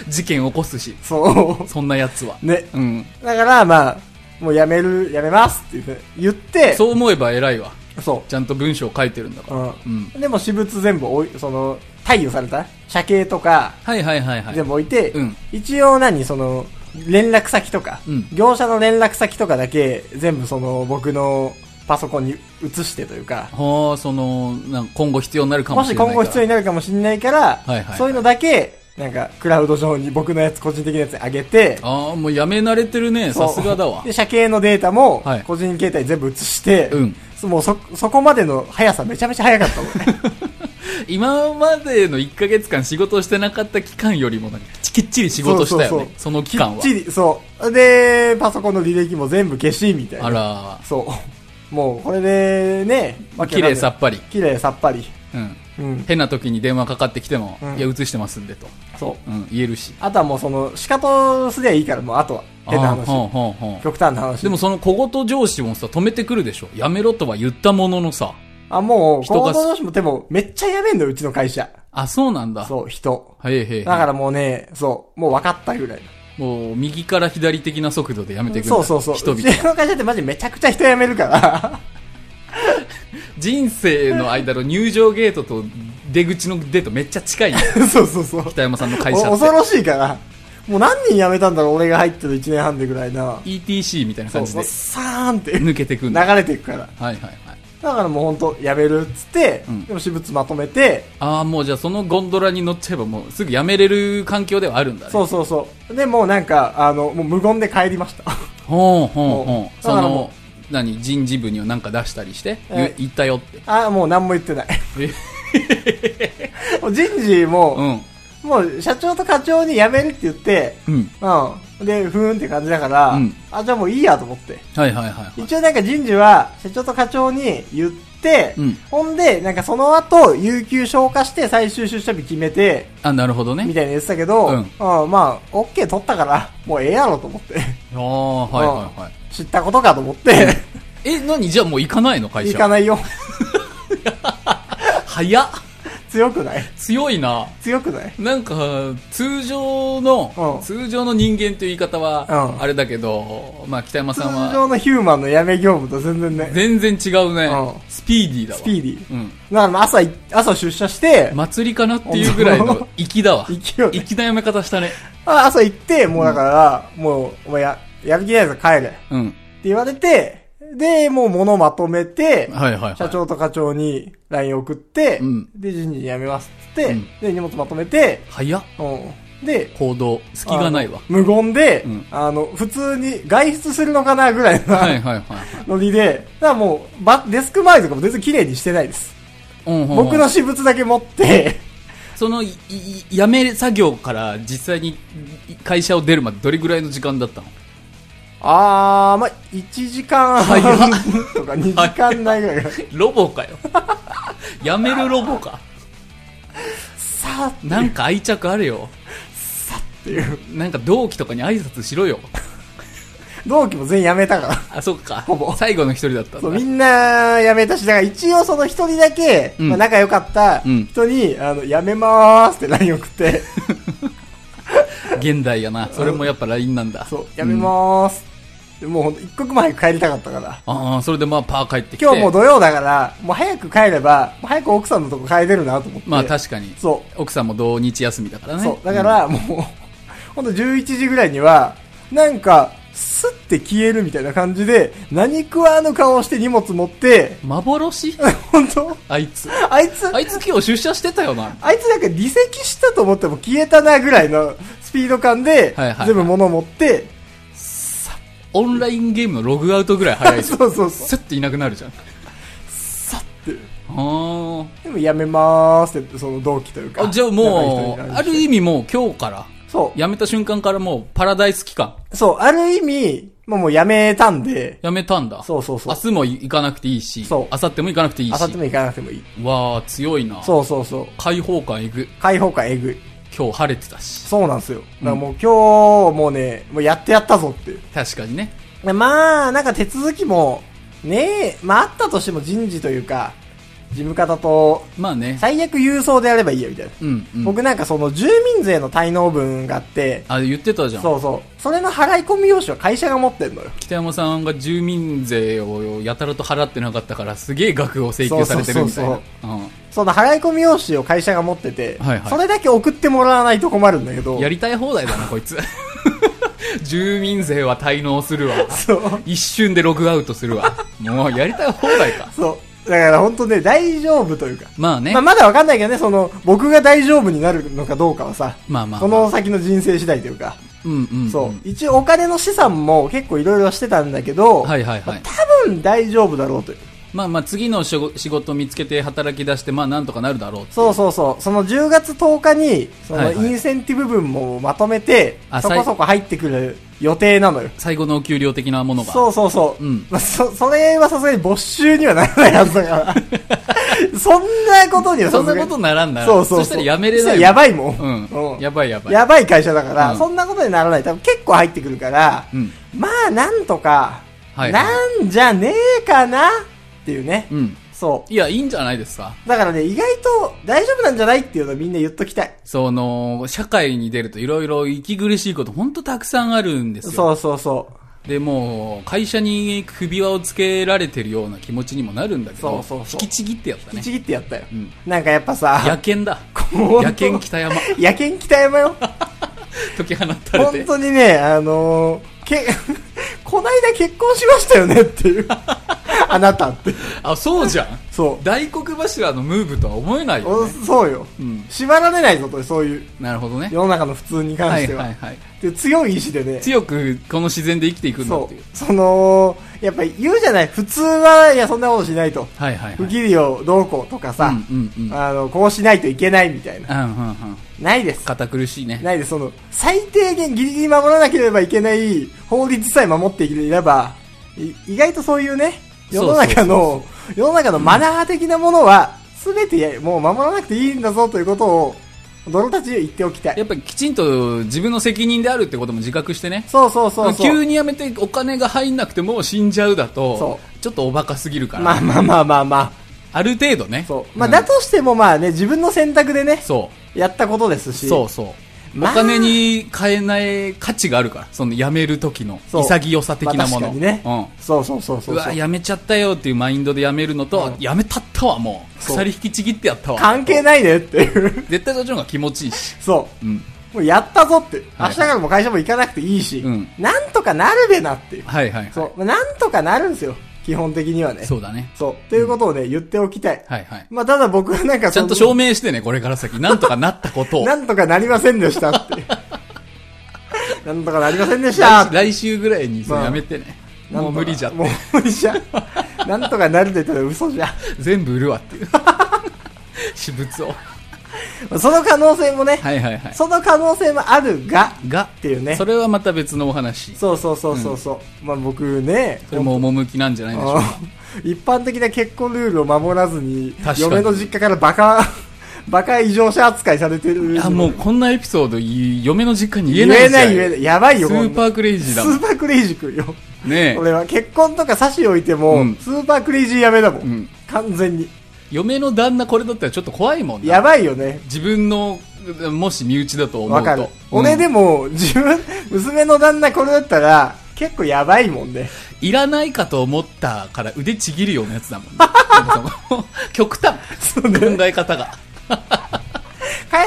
Speaker 1: 事件起こすし、
Speaker 2: そ
Speaker 1: そんなやつは
Speaker 2: う。。ね。
Speaker 1: うん。
Speaker 2: だから、まあ、もうやめる、やめますって言って言って、
Speaker 1: そう思えば偉いわ。
Speaker 2: そ
Speaker 1: ちゃんと文章書いてるんだ
Speaker 2: う。
Speaker 1: から。
Speaker 2: う
Speaker 1: うん。
Speaker 2: ん。でも私物全部おい、その、貸与された車系とか、
Speaker 1: はいはいはいはい。
Speaker 2: 全部置いて、
Speaker 1: うん
Speaker 2: 一応何、その、連絡先とか、
Speaker 1: うん
Speaker 2: 業者の連絡先とかだけ、全部その、僕のパソコンに移してというか、
Speaker 1: はあ、その、なんか今後必要になるか
Speaker 2: も
Speaker 1: もし
Speaker 2: し
Speaker 1: れないから。
Speaker 2: 今後必要になるかもしれないから、
Speaker 1: いはいはい
Speaker 2: そういうのだけ、なんか、クラウド上に僕のやつ、個人的なやつに上げて、
Speaker 1: ああ、もうやめ慣れてるね。
Speaker 2: そ
Speaker 1: さ
Speaker 2: う
Speaker 1: すがだわ
Speaker 2: で、。社系のデータも
Speaker 1: はい、
Speaker 2: 個人携帯全部移して、
Speaker 1: うん
Speaker 2: そ もうそ、そこまでの速さめちゃめちゃ速かったもん ね。
Speaker 1: 今までの1ヶ月間仕事してなかった期間よりもなんかきっちり仕事したよね。そ
Speaker 2: そうそうそう
Speaker 1: の期間は
Speaker 2: き。っちり、そう。で、パソコンの履歴も全部消し、みたいな。
Speaker 1: あら、
Speaker 2: そう。もう、これでね、わけわか
Speaker 1: 綺
Speaker 2: んない
Speaker 1: 麗さっぱり。
Speaker 2: 綺麗さっぱり。
Speaker 1: うん。
Speaker 2: うん。
Speaker 1: 変な時に電話かかってきても、
Speaker 2: うん
Speaker 1: いや、映してますんでと。
Speaker 2: そう。
Speaker 1: うん、言えるし。
Speaker 2: あとはもうその、仕方すりゃいいから、もうあとは。変な
Speaker 1: あーほ
Speaker 2: 話。
Speaker 1: んほんほん
Speaker 2: 極端な話。
Speaker 1: でもその小言上司もさ、止めてくるでしょ。やめろとは言ったもののさ。
Speaker 2: あ、もう、
Speaker 1: 人
Speaker 2: 行
Speaker 1: が
Speaker 2: 動同士も、でも、めっちゃやめんのよ、うちの会社。
Speaker 1: あ、そうなんだ。
Speaker 2: そう、人。
Speaker 1: はいはいはい。
Speaker 2: だからもうね、そう、もう分かったぐらい。
Speaker 1: もう、右から左的な速度でやめていくんだ
Speaker 2: そうそうそう。
Speaker 1: 人
Speaker 2: う
Speaker 1: 々。
Speaker 2: ちの会社ってマジめちゃくちゃ人辞める から。
Speaker 1: 人生の間の入場ゲートと出口のデートめっちゃ近 いよ
Speaker 2: そうそうそう。
Speaker 1: 北山さんの会社
Speaker 2: お
Speaker 1: って
Speaker 2: 恐。ろしいから。もう何人辞めたんだろう、俺が入ってる1年半でぐらいな。
Speaker 1: ETC みたいな
Speaker 2: そう、
Speaker 1: 感じ
Speaker 2: も
Speaker 1: で
Speaker 2: うさーんって流
Speaker 1: 抜けてくんだ。
Speaker 2: れていくから。
Speaker 1: はいはいはい。
Speaker 2: だからもうほんと、辞めるっつって、
Speaker 1: うん
Speaker 2: でも私物まとめて、
Speaker 1: ああ、もうじゃあそのゴンドラに乗っちゃえばもうすぐやめれる環境ではあるんだね。
Speaker 2: そうそうそう。で、もうなんか、あの、もう無言で帰りました。
Speaker 1: ほうほう
Speaker 2: も
Speaker 1: ほう。
Speaker 2: う
Speaker 1: そ
Speaker 2: だから
Speaker 1: の
Speaker 2: も、
Speaker 1: 何、人事部には何か出したりして、
Speaker 2: は
Speaker 1: 言
Speaker 2: い
Speaker 1: 言ったよって。
Speaker 2: あ、もう何も言ってない。
Speaker 1: え
Speaker 2: もう人事も、
Speaker 1: うん。
Speaker 2: もう社長と課長に辞めるって言って、
Speaker 1: うん。
Speaker 2: うん。で、ふーんって感じだから、
Speaker 1: うん
Speaker 2: あ、じゃあもういいやと思って。
Speaker 1: はいはいはいはい。
Speaker 2: 一応なんか人事は、社長と課長に言って、
Speaker 1: うん
Speaker 2: ほんで、なんかその後、有給消化して最終出社日決めて、
Speaker 1: あ、なるほどね。
Speaker 2: みたいなやつだけど、
Speaker 1: うん
Speaker 2: うんまあ、OK 取ったから、もうええやろと思って。
Speaker 1: ああ、はいはいはい。
Speaker 2: 知ったことかと思って、
Speaker 1: え、何じゃあもう行かないの 会
Speaker 2: 行
Speaker 1: 社。
Speaker 2: かないよ。
Speaker 1: 早っ
Speaker 2: 強くない
Speaker 1: 強いな。
Speaker 2: 強くない
Speaker 1: なんか、通常の、
Speaker 2: うん
Speaker 1: 通常の人間という言い方
Speaker 2: う
Speaker 1: は、
Speaker 2: ん
Speaker 1: あれだけど、まあ北山
Speaker 2: 通
Speaker 1: さんは、
Speaker 2: 常のヒューマンのやめ業務と全然ね、
Speaker 1: 全然違うね
Speaker 2: うん。
Speaker 1: スピーディーだわ。
Speaker 2: スピーディー。
Speaker 1: うん。
Speaker 2: だからまあ朝い、朝出社して、
Speaker 1: 祭りかなっていうぐらいの粋 だわ。
Speaker 2: 勢いで
Speaker 1: 粋なやめ方したね。
Speaker 2: あ朝行って、もうだから、もう、お前や、やる気ないぞ帰れ。って
Speaker 1: うん。
Speaker 2: 言われて、で、もう物まとめて、
Speaker 1: はいはいはい。
Speaker 2: 社長と課長に LINE 送って、
Speaker 1: うん
Speaker 2: で、人事に辞めますっつって、
Speaker 1: うん
Speaker 2: で、荷物まとめて、
Speaker 1: 早っ
Speaker 2: うん。で、
Speaker 1: 行動。隙がないわ
Speaker 2: あ。の無言で、
Speaker 1: うん
Speaker 2: あの、普通に外出するのかなぐらい
Speaker 1: はいはい
Speaker 2: な
Speaker 1: はいはい。
Speaker 2: ノリで、だからもう、ば、デスク周りとかも全然綺麗にしてないです。
Speaker 1: うんうんうん
Speaker 2: 僕の私物だけ持って、
Speaker 1: その、いいやめ作業から実際にい会社を出るまでどれぐらいの時間だったの
Speaker 2: あー、まあ、1時間半
Speaker 1: 早っ
Speaker 2: とか2時間ないぐらいが、
Speaker 1: ロボかよ。 やめるロボか。
Speaker 2: さーって
Speaker 1: なんか愛着あるよ。
Speaker 2: っていう。
Speaker 1: なんか同期とかに挨拶しろよ。
Speaker 2: 同期も全員辞めたから。
Speaker 1: あ、そっか。
Speaker 2: ほぼ
Speaker 1: 最後の一人だったん
Speaker 2: そ
Speaker 1: だ
Speaker 2: う、みんな辞めたし、だから一応その一人だけ、
Speaker 1: うん
Speaker 2: まあ、仲良かった
Speaker 1: うん
Speaker 2: 人に、あの、辞めまーすって LINE 送っ て、
Speaker 1: 現代やな。それもやっぱ LINE なんだ。
Speaker 2: そう、辞めまーす。でもうほんと一刻も早く帰りたかったから。
Speaker 1: ああ、それでまあパー帰ってきて。
Speaker 2: 今日もう土曜だから、もう早く帰れば、もう早く奥さんのとこ帰れるなと思って。
Speaker 1: まあ確かに。
Speaker 2: そ
Speaker 1: 奥さんも同日休みだから
Speaker 2: う、
Speaker 1: ね。
Speaker 2: そう。だから、もう、ほんと11時ぐらいには、なんか、スッて消えるみたいな感じで、何食わぬ顔をして荷物持って、
Speaker 1: うん、幻
Speaker 2: 本当
Speaker 1: あいつ。
Speaker 2: あいつ、
Speaker 1: あいつ今日出社してたよな。
Speaker 2: あいつなんか離席したと思っても消えたなぐらいのスピード感で
Speaker 1: はいはいはい、
Speaker 2: 全部物を持って、
Speaker 1: オンラインゲームのログアウトぐらい早いじゃ ん。
Speaker 2: そうそうそう。
Speaker 1: スッていなくなるじゃん。
Speaker 2: さって。で
Speaker 1: あ
Speaker 2: もやめまーすって、その同期という
Speaker 1: あ。
Speaker 2: か。
Speaker 1: あじゃあもう、
Speaker 2: 仲いい人に
Speaker 1: ある意味もう今日から、
Speaker 2: そ
Speaker 1: 辞めた瞬間からもうパラダイス期間。
Speaker 2: う。そう、ある意味、もうもうやめたんで、
Speaker 1: 辞めたんだ。
Speaker 2: そうそうそう
Speaker 1: 明日も行かなくていいし、
Speaker 2: そう
Speaker 1: 明後日も行かなくていいし。
Speaker 2: あさっても行かなくてもいい。
Speaker 1: わあ強いな。
Speaker 2: そうそうそう。
Speaker 1: 解放感いく。
Speaker 2: 解放感えぐい。
Speaker 1: 今今日晴れてたし。
Speaker 2: そうなんですよ。だからもう今日、もうね、もうやってやったぞって。
Speaker 1: 確かにね。
Speaker 2: でまあ、なんか手続きも、ねえ、まああったとしても人事というか、事務方と、
Speaker 1: まあね。
Speaker 2: 最悪郵送でやればいいや、みたいな。
Speaker 1: うん、うん。
Speaker 2: 僕なんかその住民税の滞納分があって、
Speaker 1: あ、言ってたじゃん。
Speaker 2: そうそう。それの払い込み用紙は会社が持ってんのよ。
Speaker 1: 北山さんが住民税をやたらと払ってなかったから、すげえ額を請求されてるみたいな
Speaker 2: そう。
Speaker 1: うん
Speaker 2: その払い込み用紙を会社が持ってて、
Speaker 1: はいはい
Speaker 2: それだけ送ってもらわないと困るんだけど、
Speaker 1: やりたい放題だな、こいつ。 住民税は滞納するわ。
Speaker 2: そう。
Speaker 1: 一瞬でログアウトするわ。もうやりたい放題か。
Speaker 2: そう。だから本当ね、大丈夫というか。
Speaker 1: まあね。
Speaker 2: まあ、まだわかんないけどね、その、僕が大丈夫になるのかどうかはさ、
Speaker 1: まあまあ
Speaker 2: この先の人生次第というか、
Speaker 1: うんうんうん。
Speaker 2: そう。一応お金の資産も結構いろいろしてたんだけど、
Speaker 1: はいはいはい。
Speaker 2: 多分大丈夫だろうという。
Speaker 1: まあまあ次の仕事仕事見つけて働き出して、まあなんとかなるだろうって。
Speaker 2: そうそうそう。その10月10日に、そ
Speaker 1: は
Speaker 2: の
Speaker 1: いはい
Speaker 2: インセンティブ分もまとめて、
Speaker 1: あ
Speaker 2: そ
Speaker 1: さい
Speaker 2: こそこ入ってくる予定なのよ。
Speaker 1: 最後のお給料的なものが。
Speaker 2: そうそうそう。
Speaker 1: うん
Speaker 2: まあ、そ、それはさすがに没収にはならないはずだ から。そんなことには
Speaker 1: そ
Speaker 2: さ
Speaker 1: ん
Speaker 2: すが
Speaker 1: な
Speaker 2: に
Speaker 1: ことならんなら。
Speaker 2: そうそうそう。
Speaker 1: そしたらやめれ
Speaker 2: そし
Speaker 1: な
Speaker 2: た
Speaker 1: い。
Speaker 2: らやばいもん。
Speaker 1: うん。やばいやばい。
Speaker 2: やばい会社だから、
Speaker 1: うん
Speaker 2: そんなことにならない。多分結構入ってくるから、
Speaker 1: うん。
Speaker 2: まあなんとか、
Speaker 1: はい
Speaker 2: なんじゃねえかなっていうね。
Speaker 1: うん。
Speaker 2: そ
Speaker 1: いや、いいんじゃないですか。
Speaker 2: う。だからね、意外と大丈夫なんじゃないっていうのをみんな言っときたい。
Speaker 1: その、社会に出るといろいろ息苦しいこと、ほんとたくさんあるんですよ。
Speaker 2: そうそうそう。
Speaker 1: でもう会社に首輪をつけられてるような気持ちにもなるんだけど
Speaker 2: そうそうそう
Speaker 1: 引きちぎってやった
Speaker 2: 引
Speaker 1: ね
Speaker 2: きちぎってやったよ。
Speaker 1: うん
Speaker 2: なんかやっぱさ、
Speaker 1: 野犬だ
Speaker 2: ほんと
Speaker 1: 野犬北山
Speaker 2: 野犬北山よ。
Speaker 1: 解き放たれ
Speaker 2: 本
Speaker 1: て
Speaker 2: 当にね、あのーけ、 こないだ結婚しましたよねって いう。あなたって。
Speaker 1: あそうじゃん
Speaker 2: そ。
Speaker 1: 大黒柱のムーブとは思えないう
Speaker 2: お
Speaker 1: よね
Speaker 2: そうよ、
Speaker 1: うん
Speaker 2: 縛られないぞと、そういう。
Speaker 1: なるほどね
Speaker 2: 世の中の普通に関
Speaker 1: は
Speaker 2: し
Speaker 1: い
Speaker 2: ては。
Speaker 1: はいはい
Speaker 2: で強い意志でね、
Speaker 1: 強くこの自然で生きていくんだっ
Speaker 2: そ
Speaker 1: ていう
Speaker 2: う、その、やっぱり言うじゃない、普通は、いや、そんなことしないと。
Speaker 1: はいはいは
Speaker 2: 不
Speaker 1: い
Speaker 2: 義理をどうこうとかさ、
Speaker 1: うんうんうん
Speaker 2: あの、こうしないといけないみたいな。
Speaker 1: うんうんうん
Speaker 2: ないです。
Speaker 1: 堅苦しいね
Speaker 2: ないです。その、最低限ギリギリ守らなければいけない法律さえ守っていれば、い意外とそういうね、世の中の、 世の中のマナー的なものは、すべてもう守らなくていいんだぞということを、泥たちに言っておきたい。
Speaker 1: やっぱりきちんと自分の責任であるってことも自覚してね
Speaker 2: そうそうそうそう。
Speaker 1: 急にやめてお金が入んなくてもう死んじゃうだと
Speaker 2: そ
Speaker 1: ちょっとおバカすぎるから
Speaker 2: まあまあまあまあまあ。
Speaker 1: ある程度ね。
Speaker 2: そう。まあ、
Speaker 1: ん
Speaker 2: だとしてもまあね、自分の選択でね、
Speaker 1: そ
Speaker 2: やったことです
Speaker 1: う。
Speaker 2: し。
Speaker 1: そうそう。お
Speaker 2: まあ
Speaker 1: 金に変えない価値があるから、その辞める時の
Speaker 2: そう
Speaker 1: 潔さ的なも
Speaker 2: ま
Speaker 1: の。
Speaker 2: あ確かにね
Speaker 1: う
Speaker 2: そうそうそうそ
Speaker 1: ん。
Speaker 2: う
Speaker 1: う
Speaker 2: そう
Speaker 1: わ、辞めちゃったよっていうマインドで辞めるのと
Speaker 2: う、ん
Speaker 1: 辞めたったわ、もう。
Speaker 2: そう
Speaker 1: 鎖引きちぎってやったわ。
Speaker 2: 関係ないねっていう。
Speaker 1: 絶対そっちの方が気持ちいいし。
Speaker 2: そ
Speaker 1: うん。
Speaker 2: う。もうやったぞって。
Speaker 1: は
Speaker 2: 明
Speaker 1: い
Speaker 2: 日からも会社も行かなくていいし、
Speaker 1: うん
Speaker 2: なんとかなるべなっていう。
Speaker 1: はいはいはい。
Speaker 2: そう。まあなんとかなるんですよ。基本的にはね。
Speaker 1: そうだね。
Speaker 2: そう。ということをね、言っておきたい。
Speaker 1: はいはい。
Speaker 2: まあ、ただ僕はなんか
Speaker 1: ち
Speaker 2: そ
Speaker 1: ゃ
Speaker 2: の
Speaker 1: んと証明してね、これから先。なんとかなったことを。
Speaker 2: なんとかなりませんでしたって いう。なんとかなりませんでしたっ
Speaker 1: 来
Speaker 2: て
Speaker 1: 来週ぐらいにそ
Speaker 2: ま
Speaker 1: れ
Speaker 2: あ
Speaker 1: やめてね。
Speaker 2: なんと
Speaker 1: もう
Speaker 2: か
Speaker 1: 無理じゃって
Speaker 2: もう無理 じゃ。なんとかなるでたら嘘じゃ。
Speaker 1: 全部売る わっていう。私物を。
Speaker 2: その可能性もね、
Speaker 1: はいはいはい。
Speaker 2: その可能性もあるが、
Speaker 1: が、
Speaker 2: っていうね
Speaker 1: それはまた別のお話。
Speaker 2: そうそうそうそうそう、まあ僕ね、
Speaker 1: それも趣なんじゃないでしょうか。
Speaker 2: あー一般的な結婚ルールを守らずに
Speaker 1: 確か、に
Speaker 2: 嫁の実家からバカ、 バカ異常者扱いされてる。
Speaker 1: いや、もうこんなエピソードい、嫁の実家に
Speaker 2: 言
Speaker 1: 言
Speaker 2: え
Speaker 1: え
Speaker 2: な
Speaker 1: ないい
Speaker 2: 言えないやばいよ、
Speaker 1: スーパークレイジーだも
Speaker 2: スーパークレイジーくんよ。
Speaker 1: ん。ねえ。
Speaker 2: 俺は結婚とか差し置いても、
Speaker 1: うん
Speaker 2: スーパークレイジーやめだもん。
Speaker 1: うん
Speaker 2: 完全に。
Speaker 1: 嫁の旦那これだったらちょっと怖いもんな
Speaker 2: やばいよね。
Speaker 1: 自分の、もし身内だと思
Speaker 2: わ
Speaker 1: うと。
Speaker 2: かる。俺で
Speaker 1: も。
Speaker 2: も、自分、娘の旦那これだったら、結構やばいもんね。
Speaker 1: いらないかと思ったから腕ちぎるようなやつだ もんね。なんかその極端。
Speaker 2: うね
Speaker 1: 考え方が。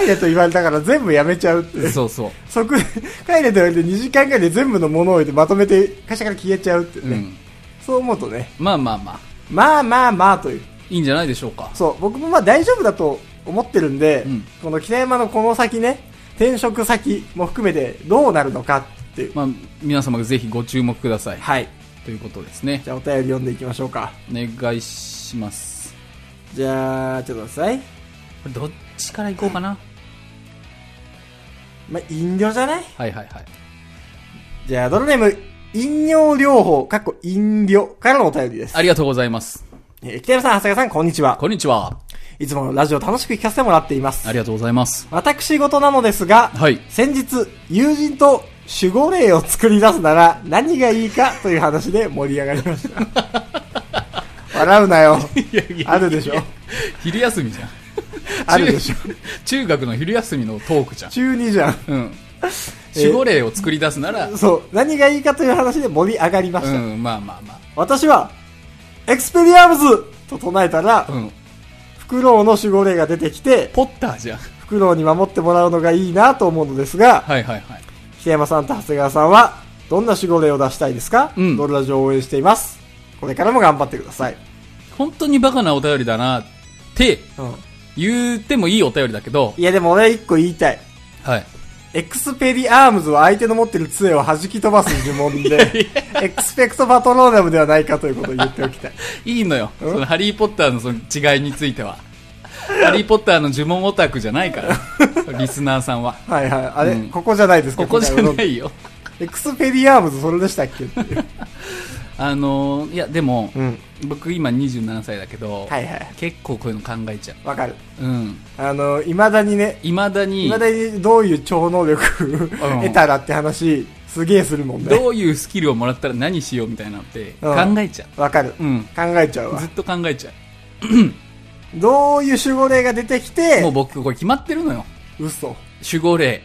Speaker 2: 帰れと言われたから全部やめちゃうって。
Speaker 1: そうそ
Speaker 2: 即、 帰れと言われて2時間ぐらいで全部のものを置いてまとめて会社から消えちゃうって
Speaker 1: う。
Speaker 2: ね。
Speaker 1: うん。
Speaker 2: そう思うとね、
Speaker 1: まあまあまあ。
Speaker 2: まあまあまあという。
Speaker 1: いいんじゃないでしょうか。
Speaker 2: そう、僕もまあ大丈夫だと思ってるんで、
Speaker 1: うん
Speaker 2: この北山のこの先ね、転職先も含めてどうなるのかっていう。
Speaker 1: まあ、皆様ぜひご注目ください。
Speaker 2: はい。
Speaker 1: ということですね
Speaker 2: じ。ゃあお便り読んでいきましょうか。
Speaker 1: お願いします。
Speaker 2: じゃあ、ちょっと待ってください。
Speaker 1: これどっちから行こうかな。
Speaker 2: まあ、飲料じゃない
Speaker 1: はいはいはい。
Speaker 2: じゃあ、ドロネーム、飲料療法、かっこ飲料からのお便りです。
Speaker 1: ありがとうございます。
Speaker 2: えー北山さん、長谷川さん、こんにちは。
Speaker 1: こんにちは。
Speaker 2: いつもラジオ楽しく聞かせてもらっています
Speaker 1: あ。りがとうございます。
Speaker 2: 私事なのですが、
Speaker 1: はい
Speaker 2: 先日、友人と守護霊を作り出すなら何がいいかという話で盛り上がりました。 笑うなよ。あるでしょ。
Speaker 1: 昼休みじゃん。
Speaker 2: あるでしょ。
Speaker 1: 中学の昼休みのトークじゃ ん。
Speaker 2: 中二じゃん。
Speaker 1: うん。守護霊を作り出すなら、
Speaker 2: そう、何がいいかという話で盛り上がりました。
Speaker 1: うん、まあまあま
Speaker 2: 私は、エクスペリアームズと唱えたら
Speaker 1: あ。、うん。
Speaker 2: フクロウの守護霊が出てきて、
Speaker 1: ポッターじゃん。
Speaker 2: フクロウに守ってもらうのがいいなと思うのですが、
Speaker 1: はいはいはい。
Speaker 2: 北山さんと長谷川さんは、どんな守護霊を出したいですか、
Speaker 1: うん
Speaker 2: ドルラジオを応援しています。これからも頑張ってください。
Speaker 1: 本当にバカなお便りだなって
Speaker 2: うん。
Speaker 1: 言ってもいいお便りだけど、
Speaker 2: いやでも俺一個言いたい。
Speaker 1: はい。
Speaker 2: エクスペリアームズは相手の持ってる杖を弾き飛ばす呪文で、エクスペクトパトローナムではないかということを言っておきたい。
Speaker 1: いいのよ。そのハリー・ポッターのその違いについては。ハリー・ポッターの呪文オタクじゃな いから。リスナーさんは。
Speaker 2: はいはい。あれ、
Speaker 1: うん
Speaker 2: ここじゃないですか
Speaker 1: ここじゃ
Speaker 2: 今
Speaker 1: な
Speaker 2: 回の
Speaker 1: いよ。
Speaker 2: エクスペリアームズそれでしたっ けっていう。
Speaker 1: あのー、いや、でも、
Speaker 2: うん。
Speaker 1: 僕今27歳だけど、
Speaker 2: はいはい。
Speaker 1: 結構こういうの考えちゃ
Speaker 2: わかる。
Speaker 1: う。うん。
Speaker 2: あの、未だにね、
Speaker 1: いまだに
Speaker 2: 未、だにどういう超能力得たらって話、すげえするもんね。
Speaker 1: どういうスキルをもらったら何しようみたいなのって考
Speaker 2: うん
Speaker 1: えちゃ
Speaker 2: わかる。
Speaker 1: う。うん。
Speaker 2: 考えちゃうわ
Speaker 1: ずっ。と考えちゃ
Speaker 2: どういう守護霊が出てき
Speaker 1: う。も
Speaker 2: て
Speaker 1: う、僕これ決まってるのよ。
Speaker 2: 嘘。
Speaker 1: 守護霊。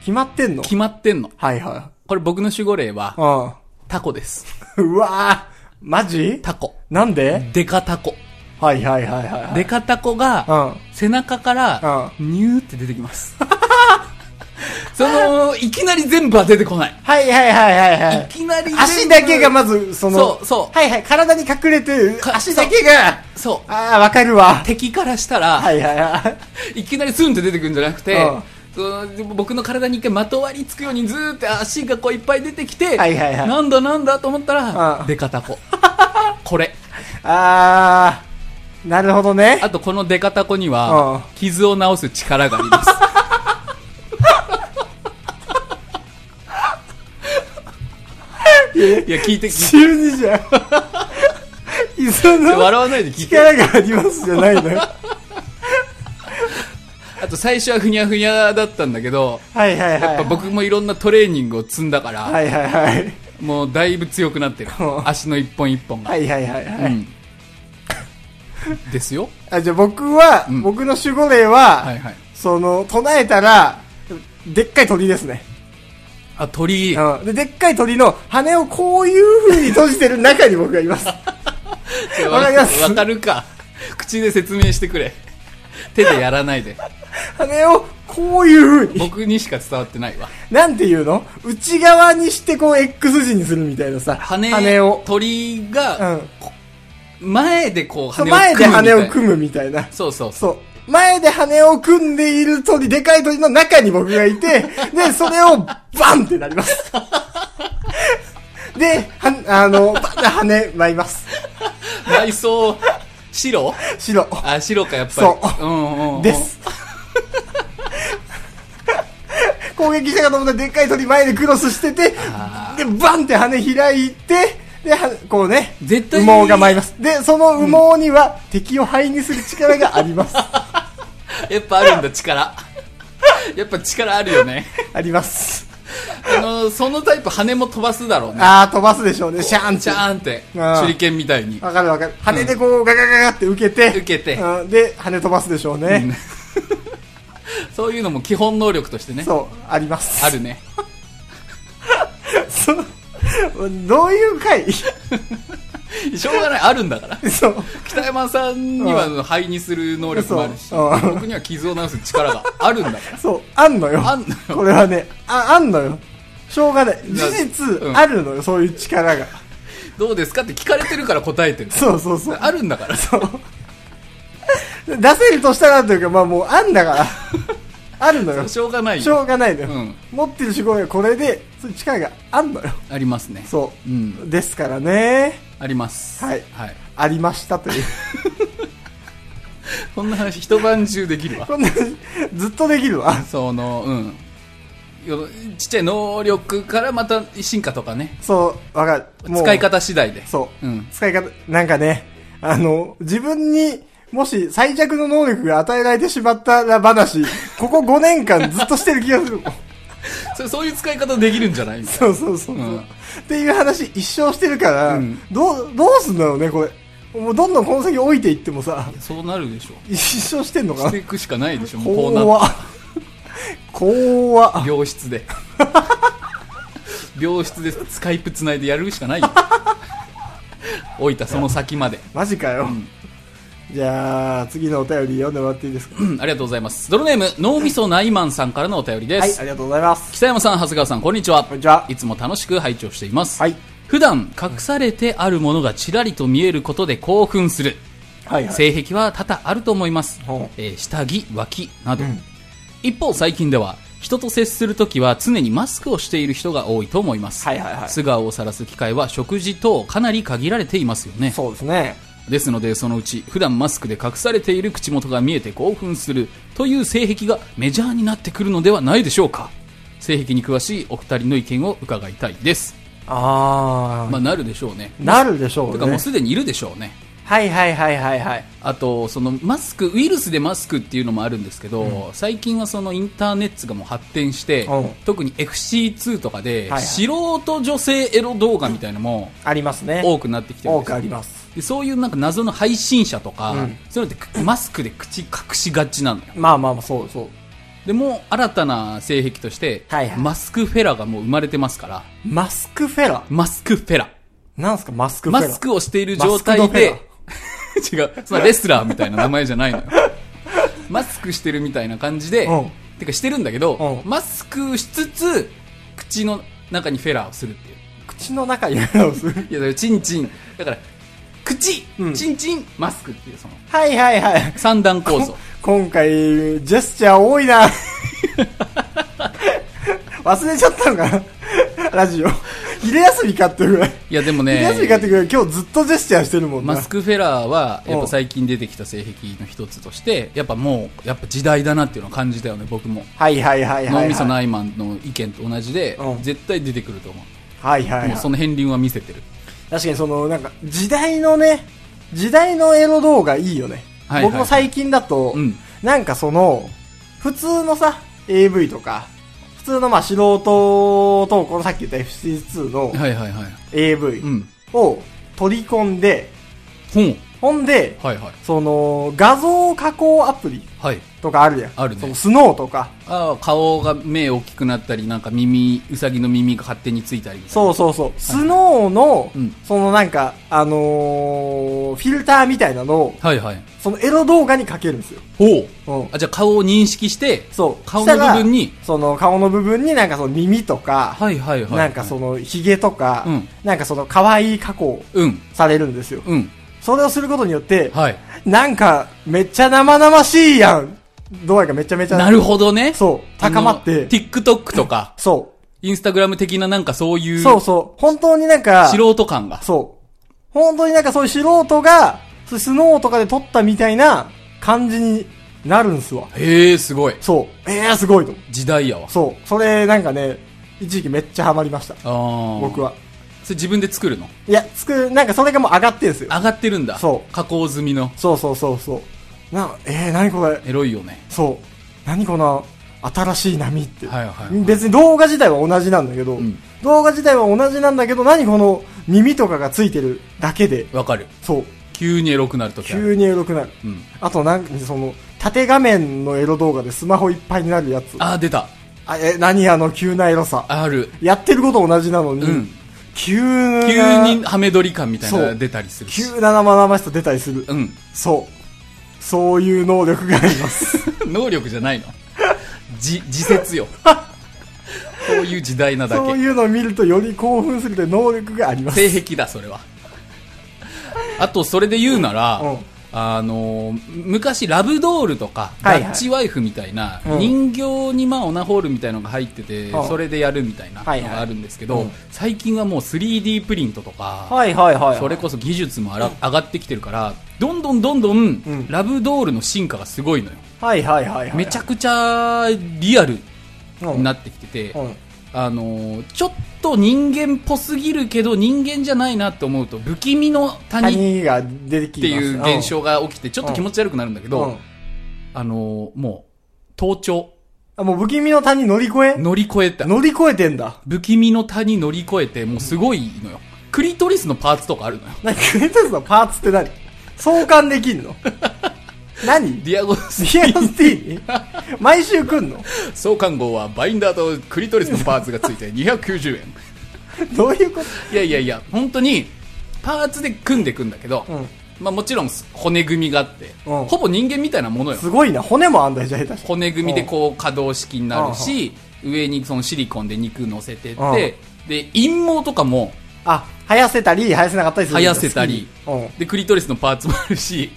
Speaker 2: 決まってんの
Speaker 1: 決まってんの。
Speaker 2: はいは。、
Speaker 1: これ僕の守護霊はい
Speaker 2: うん。
Speaker 1: タコです。
Speaker 2: うわぁ、マジ
Speaker 1: タコ。
Speaker 2: なんで
Speaker 1: デカタコ。
Speaker 2: はいはいはいはい。
Speaker 1: デ、カタコが、
Speaker 2: うん。
Speaker 1: 背中から、ニューって出てきます。 その、いきなり全部は出てこない。
Speaker 2: はいはいはいはいはい
Speaker 1: い。きなり全部
Speaker 2: 足だけがまず、その、
Speaker 1: そうそう
Speaker 2: はいはい、体に隠れて、
Speaker 1: か
Speaker 2: 足だけが、
Speaker 1: そう。
Speaker 2: ああ、わかるわ。
Speaker 1: 敵からしたら、
Speaker 2: はいはいはい。
Speaker 1: い、きなりスンって出てくるんじゃなくて、
Speaker 2: うん
Speaker 1: その僕の体に一回まとわりつくようにずーって足がこういっぱい出てきて、
Speaker 2: はいはいはい
Speaker 1: なんだなんだと思ったら、
Speaker 2: うん
Speaker 1: デ カタコ。これ。
Speaker 2: ああ、なるほどね。
Speaker 1: あとこのデカタコに
Speaker 2: うん
Speaker 1: は、傷を治す力があります。いや、聞いて、聞いて。
Speaker 2: 中二じ ゃん。磯の
Speaker 1: 笑わないで聞いて。
Speaker 2: 力がありますじゃないのよ。
Speaker 1: あと最初はふにゃふにゃだったんだけど、
Speaker 2: はいはいはい。
Speaker 1: やっぱ僕もいろんなトレーニングを積んだから、
Speaker 2: はいはいはい。
Speaker 1: もうだいぶ強くなってる
Speaker 2: うん。
Speaker 1: 足の一本一本が。
Speaker 2: はいはいはいは
Speaker 1: う
Speaker 2: い。
Speaker 1: ん。ですよ。
Speaker 2: あじゃあ僕は、
Speaker 1: うん
Speaker 2: 僕の守護霊は、
Speaker 1: はいはい。
Speaker 2: その、唱えたら、でっかい鳥ですね。
Speaker 1: あ、鳥居。
Speaker 2: うん。で、でっかい鳥の羽をこういう風に閉じてる中に僕がい ます。わかります
Speaker 1: わかるか。口で説明してくれ。手でやらないで。
Speaker 2: 羽をこういう風に。
Speaker 1: 僕にしか伝わってないわ。
Speaker 2: なんていうの内側にしてこう X 字にするみたいなさ。
Speaker 1: 羽、
Speaker 2: を。
Speaker 1: 鳥
Speaker 2: う
Speaker 1: が、
Speaker 2: ん。
Speaker 1: 前でこう羽
Speaker 2: そう
Speaker 1: を組むみたい
Speaker 2: 前
Speaker 1: な。
Speaker 2: で羽を組むみたいな。
Speaker 1: そうそうそう。
Speaker 2: そう。前で羽を組んでいる鳥、でかい鳥の中に僕がい て、で、それをバンってなります。 で、は、あの、バンって羽舞います。
Speaker 1: 内装、白
Speaker 2: 白。
Speaker 1: あ、白かやっぱり。
Speaker 2: そう
Speaker 1: うんうんうん。
Speaker 2: です。 攻撃したかと思ったらでっかい鳥前でクロスしてて、で、
Speaker 1: あ
Speaker 2: バンって羽開いて、で、はこうね、
Speaker 1: 絶対に
Speaker 2: 羽毛が舞います。で、その羽毛には敵を灰にする力があります。
Speaker 1: やっぱあるんだ、力。やっぱ力あるよね。
Speaker 2: あります。
Speaker 1: あの、そのタイプ羽も飛ばすだろうね。
Speaker 2: あー、飛ばすでしょうね、シャーンって
Speaker 1: シャーンって、
Speaker 2: あー
Speaker 1: 手裏剣みたいに。
Speaker 2: わかるわかる。羽でこう、ガガガガって受けて。
Speaker 1: 受けて
Speaker 2: うん、で、羽飛ばすでしょうね。
Speaker 1: そういうのも基本能力としてね。
Speaker 2: そう、あります。
Speaker 1: あ。るね。
Speaker 2: そう。どういう回
Speaker 1: しょうがない、あるんだから。
Speaker 2: そう。
Speaker 1: 北山さんに
Speaker 2: う
Speaker 1: は肺にする能力もあるし、
Speaker 2: そううん
Speaker 1: 僕には傷を治す力があるんだから。
Speaker 2: そう、あんのよ。
Speaker 1: あんのよ
Speaker 2: これはね、あ、あんのよ。しょうがない。
Speaker 1: な
Speaker 2: 事実、
Speaker 1: うん
Speaker 2: あるのよ、そういう力が。
Speaker 1: どうですかって聞かれてるから答えてる。
Speaker 2: そうそうそう。
Speaker 1: あるんだから。
Speaker 2: 出せるとしたらというか、まあもう、あんだから。あるのよ。
Speaker 1: しょうがない
Speaker 2: しょ
Speaker 1: よ。
Speaker 2: うがないのよ。
Speaker 1: うん
Speaker 2: 持ってる仕事がこれで、そういう力があんのよ。
Speaker 1: ありますね。
Speaker 2: そうう。
Speaker 1: ん。
Speaker 2: ですからね、
Speaker 1: あります。
Speaker 2: はい
Speaker 1: はい。
Speaker 2: ありましたと いう。
Speaker 1: こんな話一晩中できるわ。
Speaker 2: こんな、ずっとできるわ。
Speaker 1: その、うん。よちっちゃい能力からまた進化とかね。
Speaker 2: そう、わかる。もう
Speaker 1: 使い。方次第で。
Speaker 2: そう。
Speaker 1: うん
Speaker 2: 使い方、なんかね、あの、自分にもし最弱の能力が与えられてしまったら 話、ここ5年間ずっとしてる気がするもん。
Speaker 1: それそういう使い方できるんじゃないみたい
Speaker 2: そうそうそうそう、
Speaker 1: うん
Speaker 2: っていう話一生してるから、
Speaker 1: うん
Speaker 2: どう、どうすんだろうね、これ。もうどんどんこの先置いていってもさ、
Speaker 1: なそうなるでしょ
Speaker 2: 一生してんのか
Speaker 1: し
Speaker 2: な
Speaker 1: ていくしかないでしょもうこうなっ
Speaker 2: 怖怖
Speaker 1: た 病室 で病室でスカイプつないでやるしか ないよ置いたその先まで
Speaker 2: マジかよ。じゃあ、次のお便り読んでもらっていいですか、
Speaker 1: うんありがとうございますドルネーム脳みそないまんさんからのお便りで
Speaker 2: はい、
Speaker 1: す、
Speaker 2: ありがとうございます。
Speaker 1: 北山さん長谷川さんこんにちは
Speaker 2: こんにちはい
Speaker 1: つも楽しく拝聴しています、
Speaker 2: はい。
Speaker 1: 普段隠されてあるものがちらりと見えることで興奮する
Speaker 2: はい、はい。
Speaker 1: 性癖は多々あると思います、
Speaker 2: ほう
Speaker 1: えー下着脇など、
Speaker 2: ん
Speaker 1: 一方最近では人と接するときは常にマスクをしている人が多いと思います、
Speaker 2: はいはいはい
Speaker 1: 素顔を晒す機会は食事等かなり限られていますよね
Speaker 2: そうですね。
Speaker 1: ですのでそのうち普段マスクで隠されている口元が見えて興奮するという性癖がメジャーになってくるのではないでしょうか性癖に詳しいお二人の意見を伺いたいです、
Speaker 2: あー、
Speaker 1: まあ、なるでしょうね
Speaker 2: なるでしょ
Speaker 1: と
Speaker 2: う
Speaker 1: かも
Speaker 2: ね
Speaker 1: う。すでにいるでしょうね
Speaker 2: はいはいはいはいはい。
Speaker 1: あとそのマスクウイルスでマスクっていうのもあるんですけど、最近はそのインターネットがもう発展して、
Speaker 2: うん
Speaker 1: 特に FC2 とかで、
Speaker 2: はいはい
Speaker 1: 素人女性エロ動画みたいなのも
Speaker 2: ありますね。
Speaker 1: 多くなってきてるん
Speaker 2: 多
Speaker 1: です
Speaker 2: く
Speaker 1: よ
Speaker 2: あります。
Speaker 1: でそういうなんか謎の配信者とか、
Speaker 2: うん
Speaker 1: そういうのってマスクで口隠しがちなのよ
Speaker 2: まあまあまあ、そうそう。
Speaker 1: でも新たな性癖として、
Speaker 2: はいはい
Speaker 1: マスクフェラがもう生まれてますから
Speaker 2: マスクフェラ
Speaker 1: マスクフェラ
Speaker 2: なんすかマスクフェ
Speaker 1: マ
Speaker 2: ラ
Speaker 1: スクをしている状態
Speaker 2: マ
Speaker 1: で、違う、そのレスラーみたいな名前じゃないのよ。 マスクしてるみたいな感じで
Speaker 2: うん、
Speaker 1: てかしてるんだけど、
Speaker 2: うん
Speaker 1: マスクしつつ、口の中にフェラーをするっていう。
Speaker 2: 口の中にフェラをする。
Speaker 1: いや、だからチンチン。だから、口、
Speaker 2: うん
Speaker 1: チンチン、マスクっていう、その、
Speaker 2: はいはいはい。
Speaker 1: 三段構造。
Speaker 2: 今回、ジェスチャー多いな。 忘れちゃったのかなラジオ。昼休みかっていうぐらい。
Speaker 1: いや、でも
Speaker 2: 昼
Speaker 1: ね
Speaker 2: 休、みかっていうぐらい、今日ずっとジェスチャーしてるもんな。
Speaker 1: マスクフェラーは、やっ
Speaker 2: うん
Speaker 1: ぱ最近出てきた性癖の一つとして、やっぱもう、やっぱ時代だなっていうのを感じたよね、僕も。
Speaker 2: はいはいはいはい、はい。
Speaker 1: 脳みそないマンの意見と同じで
Speaker 2: う、ん
Speaker 1: 絶対出てくると思う。
Speaker 2: はいはい、
Speaker 1: もう
Speaker 2: はい
Speaker 1: そ。の片鱗は見せてる。
Speaker 2: 確かにその、なんか、時代のね、時代のエロ動画いいよね。
Speaker 1: はいはい
Speaker 2: 僕も最近だと、
Speaker 1: うん
Speaker 2: なんかその、普通のさ、AV とか、普通のまあ素人と、このさっき言った FC2 の
Speaker 1: はいはいはい。
Speaker 2: AV
Speaker 1: うん。
Speaker 2: を取り込んで、
Speaker 1: ほん。
Speaker 2: ほんで、
Speaker 1: はいはい。
Speaker 2: その、画像加工アプリ
Speaker 1: はい。
Speaker 2: とかあるやん。
Speaker 1: あるね
Speaker 2: そのスノーとか。
Speaker 1: ああ、顔が目大きくなったり、なんか耳、うさぎの耳が勝手についたりみたい
Speaker 2: そうそうそう。スノーの、
Speaker 1: うん
Speaker 2: そのなんか、あのーフィルターみたいなのを、
Speaker 1: な。はいはい。
Speaker 2: そのエロ動画にかけるんですよ。
Speaker 1: ほ
Speaker 2: う。
Speaker 1: うんあ、じゃあ顔を認識して、
Speaker 2: そう。
Speaker 1: 顔の部分に
Speaker 2: したらその顔の部分になんかその耳とか、
Speaker 1: はいはいはい。
Speaker 2: なんかその髭とか、
Speaker 1: うん
Speaker 2: なんかその可愛い加工
Speaker 1: うん。
Speaker 2: されるんですよ。
Speaker 1: うん。
Speaker 2: それをすることによって、
Speaker 1: はい。
Speaker 2: なんかめっちゃ生々しいやん。度合いがめちゃめちゃ。
Speaker 1: なるほどね。
Speaker 2: そう。
Speaker 1: あの
Speaker 2: 高まって。
Speaker 1: TikTok とか、
Speaker 2: そ。
Speaker 1: Instagram 的ななんかそういうう、
Speaker 2: そう
Speaker 1: 素
Speaker 2: そう。本当になんか、
Speaker 1: 人感が。
Speaker 2: そう。本当になんかそういう素人が、そういうスノーとかで撮ったみたいな感じになるんすわ。
Speaker 1: へえ、すごい。
Speaker 2: そう。ええー、すごいと思う。
Speaker 1: 時代やわ。
Speaker 2: そう。それなんかね、一時期めっちゃハマりました。
Speaker 1: ああ。
Speaker 2: 僕
Speaker 1: は。
Speaker 2: は。
Speaker 1: それ自分で作るの
Speaker 2: いや、つく、なんかそれがもう上がってんすよ。
Speaker 1: 上がってるんだ。
Speaker 2: そう
Speaker 1: 加工済みの。
Speaker 2: そうそうそうそう。な、えー、何これ。
Speaker 1: エロいよね。
Speaker 2: そう。何この新しい波って。
Speaker 1: はいはいはい
Speaker 2: 別に動画自体は同じなんだけど、
Speaker 1: うん
Speaker 2: 動画自体は同じなんだけど、何この耳とかがついてるだけで、
Speaker 1: わかる。
Speaker 2: そう。
Speaker 1: 急にエロくなるときある。
Speaker 2: 急にエロくなる。
Speaker 1: うん。
Speaker 2: あとなんか、その、縦画面のエロ動画でスマホいっぱいになるやつ。
Speaker 1: ああ、出た。
Speaker 2: あえ、何あの急なエロさ。
Speaker 1: ある。
Speaker 2: やってること同じなのに、
Speaker 1: うん
Speaker 2: 急な
Speaker 1: 急にハメ撮り感みたいなのが出たりするし。
Speaker 2: 急な生々しさ出たりする。
Speaker 1: うん。
Speaker 2: そう。そういう能力があります。
Speaker 1: 能力じゃないの。じ、自説 よ。そういう時代なだ
Speaker 2: そう
Speaker 1: け。
Speaker 2: いうのを見るとより興奮するという能力があります。
Speaker 1: 性癖だ、それは。あと、それで言うなら、
Speaker 2: うん
Speaker 1: あのー昔、ラブドールとか、
Speaker 2: はいはい
Speaker 1: ダッチワイフみたいな、
Speaker 2: うん
Speaker 1: 人形にまあオナホールみたいなのが入ってて、
Speaker 2: うん
Speaker 1: それでやるみたいなの
Speaker 2: はいはい
Speaker 1: があるんですけど、
Speaker 2: うん
Speaker 1: 最近はもう 3D プリントとか、
Speaker 2: はいはいはい。
Speaker 1: それこそ技術もあら上がってきてるから、どんどんどんどん
Speaker 2: うん
Speaker 1: ラブドールの進化がすごいのよ。
Speaker 2: はいはいはいはい。
Speaker 1: めちゃくちゃリアル
Speaker 2: うん
Speaker 1: になってきてて
Speaker 2: う、ん。
Speaker 1: あのーちょっと人間っぽすぎるけど人間じゃないなって思うと不気味の谷っ
Speaker 2: 谷が出てき
Speaker 1: て
Speaker 2: ます
Speaker 1: いう現象が起きてちょっと気持ち悪くなるんだけど、
Speaker 2: うんうん
Speaker 1: あのーもう盗聴
Speaker 2: あ、もう不気味の谷乗り越え
Speaker 1: 乗り越えた
Speaker 2: 乗り越えてんだ。
Speaker 1: 不気味の谷乗り越えてもうすごいのよクリトリスのパーツとかあるのよ
Speaker 2: なに、クレタスのパーツって何相関できん の何デ
Speaker 1: ディアゴス
Speaker 2: ィアゴスティーニ毎週来んの
Speaker 1: 相関号はバインダーとクリトリスのパーツがついて290円
Speaker 2: どういうこと
Speaker 1: いやいやいや本当にパーツで組んでくんだけど、
Speaker 2: ん
Speaker 1: まあ、もちろん骨組みがあって、
Speaker 2: うん
Speaker 1: ほぼ人間みたいなものよ
Speaker 2: すごいな。骨もあんだよ、じゃあ下手して。
Speaker 1: 骨組みでこう可動式になるし、上にそのシリコンで肉乗せてって、
Speaker 2: うん
Speaker 1: で陰毛とかも
Speaker 2: あ、生やせたり、生やせなかったりする
Speaker 1: 生
Speaker 2: んだ
Speaker 1: やせたり
Speaker 2: 好きに
Speaker 1: でクリトリスのパーツもあるし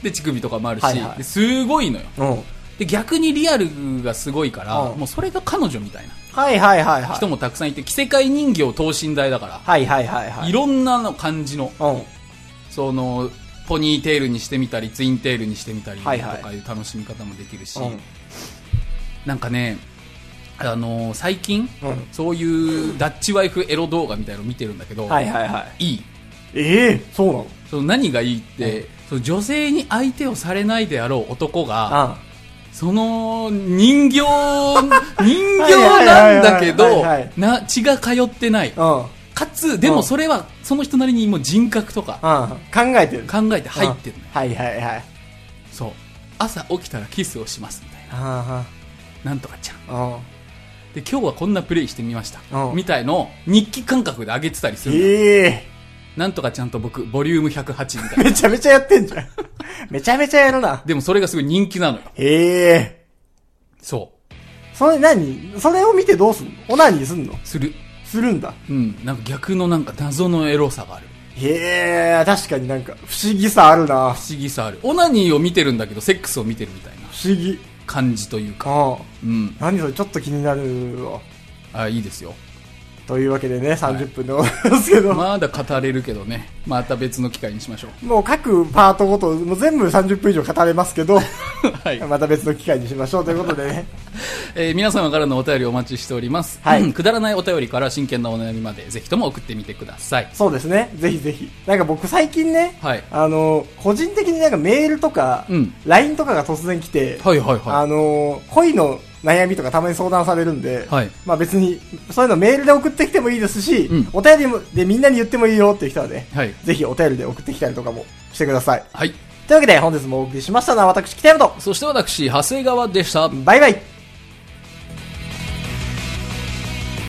Speaker 1: で乳首とかもあるし、
Speaker 2: はいはい
Speaker 1: ですごいのよ
Speaker 2: うん。うん。
Speaker 1: で逆にリアルがすごいから、
Speaker 2: うん
Speaker 1: もうそれが彼女みたいな
Speaker 2: はいはいはいはい。
Speaker 1: 人もたくさんいて着せ替え人形等身大だから、、
Speaker 2: はいはいはいはいい。
Speaker 1: ろんなの感じの
Speaker 2: うん。
Speaker 1: そのポニーテールにしてみたりツインテールにしてみたりとか
Speaker 2: はいいはいう
Speaker 1: 楽しみ方もできるし、
Speaker 2: うん
Speaker 1: なんかね、あのー最近、
Speaker 2: うん
Speaker 1: そういうダッチワイフエロ動画みたいの見てるんだけど、
Speaker 2: はいはいはい。
Speaker 1: い、い
Speaker 2: ええそうなの
Speaker 1: その何がいいって、その女性に相手をされないであろう男が、
Speaker 2: あ
Speaker 1: その 人形人
Speaker 2: はい
Speaker 1: 形なんだけ
Speaker 2: はい
Speaker 1: ど
Speaker 2: はいはい
Speaker 1: な血が通ってない
Speaker 2: うん。うん。
Speaker 1: かつで
Speaker 2: う
Speaker 1: も
Speaker 2: ん
Speaker 1: それはその人なりにもう人格とか
Speaker 2: 考えてる。
Speaker 1: 考えて入ってるのよ
Speaker 2: うんはいはいはい。
Speaker 1: そう朝起きたらキスをしますみたいな
Speaker 2: あ
Speaker 1: なんとかちゃん
Speaker 2: あ、うん。
Speaker 1: で今日はこんなプレイしてみました、
Speaker 2: うん
Speaker 1: みたいのを日記感覚で上げてたりするのよ
Speaker 2: ええ
Speaker 1: なんとかちゃんと僕、ボリューム108みたいな。
Speaker 2: めちゃめちゃやってんじゃん。 めちゃめちゃやるな。
Speaker 1: でもそれがすごい人気なのよ。
Speaker 2: ええ
Speaker 1: そ
Speaker 2: それ何それを見てどうすんのオナニーすんの
Speaker 1: う。する。
Speaker 2: するんだ。
Speaker 1: うん。なんか逆のなんか謎のエロさがある。
Speaker 2: へえ、確かになんか不思議さあるな。
Speaker 1: 不思議さある。オナニーを見てるんだけど、セックスを見てるみたいな
Speaker 2: 不思議。
Speaker 1: 感じというか。
Speaker 2: うん。
Speaker 1: うん。
Speaker 2: 何それちょっと気になるわ。
Speaker 1: あ、いいですよ。
Speaker 2: というわけでね、30分でございますけど。
Speaker 1: まだ語れるけどね。また別の機会にしましょう。
Speaker 2: もう各パートごと、もう全部30分以上語れますけど、
Speaker 1: はい。
Speaker 2: また別の機会にしましょうということ でね。
Speaker 1: えー皆様からのお便りお待ちしております。
Speaker 2: はい
Speaker 1: うんくだらないお便りから真剣なお悩みまで、ぜひとも送ってみてください。
Speaker 2: そうですね。ぜひぜひ。なんか僕最近ね、
Speaker 1: はい
Speaker 2: あの、個人的になんかメールとか、
Speaker 1: うん
Speaker 2: LINE とかが突然来て、
Speaker 1: はいはいは
Speaker 2: あの、恋の悩みとかたまに相談されるんで、
Speaker 1: はい
Speaker 2: まあ別に、そういうのメールで送ってきてもいいですし、
Speaker 1: うん
Speaker 2: お便りもでみんなに言ってもいいよっていう人はね、
Speaker 1: い。はい。
Speaker 2: ぜひお便りで送ってきたりとかもしてください。
Speaker 1: はい。
Speaker 2: というわけで本日もお送りしましたのは私、北山と、
Speaker 1: そして私、長谷川でした。
Speaker 2: バイバイ